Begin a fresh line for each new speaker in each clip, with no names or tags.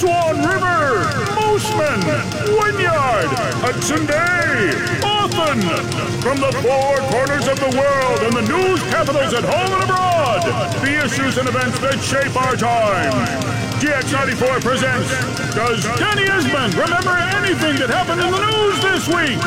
Swan River, Mooseman, Wynyard, Hudson Bay, Often, from the four corners of the world and the news capitals at home and abroad, the issues and events that shape our time. GX94 presents Does Kenny Isman remember anything that happened in the news this week?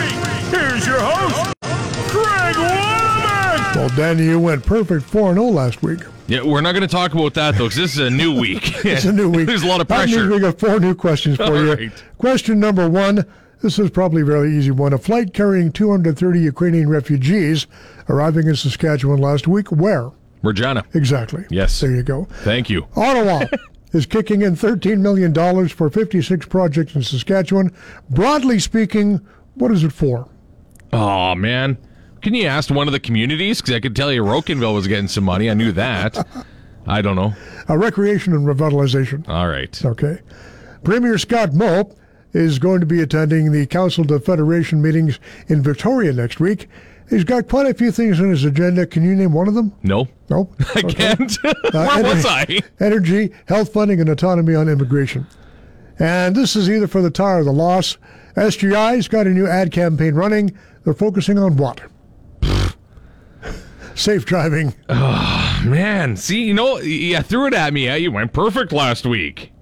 Here's your host, Craig Womack!
Well, Danny, you went perfect 4 0 last week.
Yeah, we're not going to talk about that though, because this is a new week.
It's a new week.
There's a lot of
That means
pressure.
we got four new questions for
All
you.
right.
Question number one. This is probably a very easy one. A flight carrying 230 Ukrainian refugees arriving in Saskatchewan last week. Where?
Regina.
Exactly.
Yes.
There you go.
Thank you.
Ottawa is kicking in $13 million for 56 projects in Saskatchewan. Broadly speaking, what is it for?
Oh man, can you ask one of the communities? Because I could tell you Rokinville was getting some money. I knew that. I don't know.
Uh, recreation and revitalization.
All right.
Okay. Premier Scott Moe is going to be attending the Council of Federation meetings in Victoria next week. He's got quite a few things on his agenda. Can you name one of them?
No,
No.
I can't. Where
Uh, anyway.
was I?
Energy, health funding, and autonomy on immigration. And this is either for the tie or the loss. SGI's got a new ad campaign running. They're focusing on what? Safe driving.
Man, see, you know, yeah, threw it at me. eh? You went perfect last week.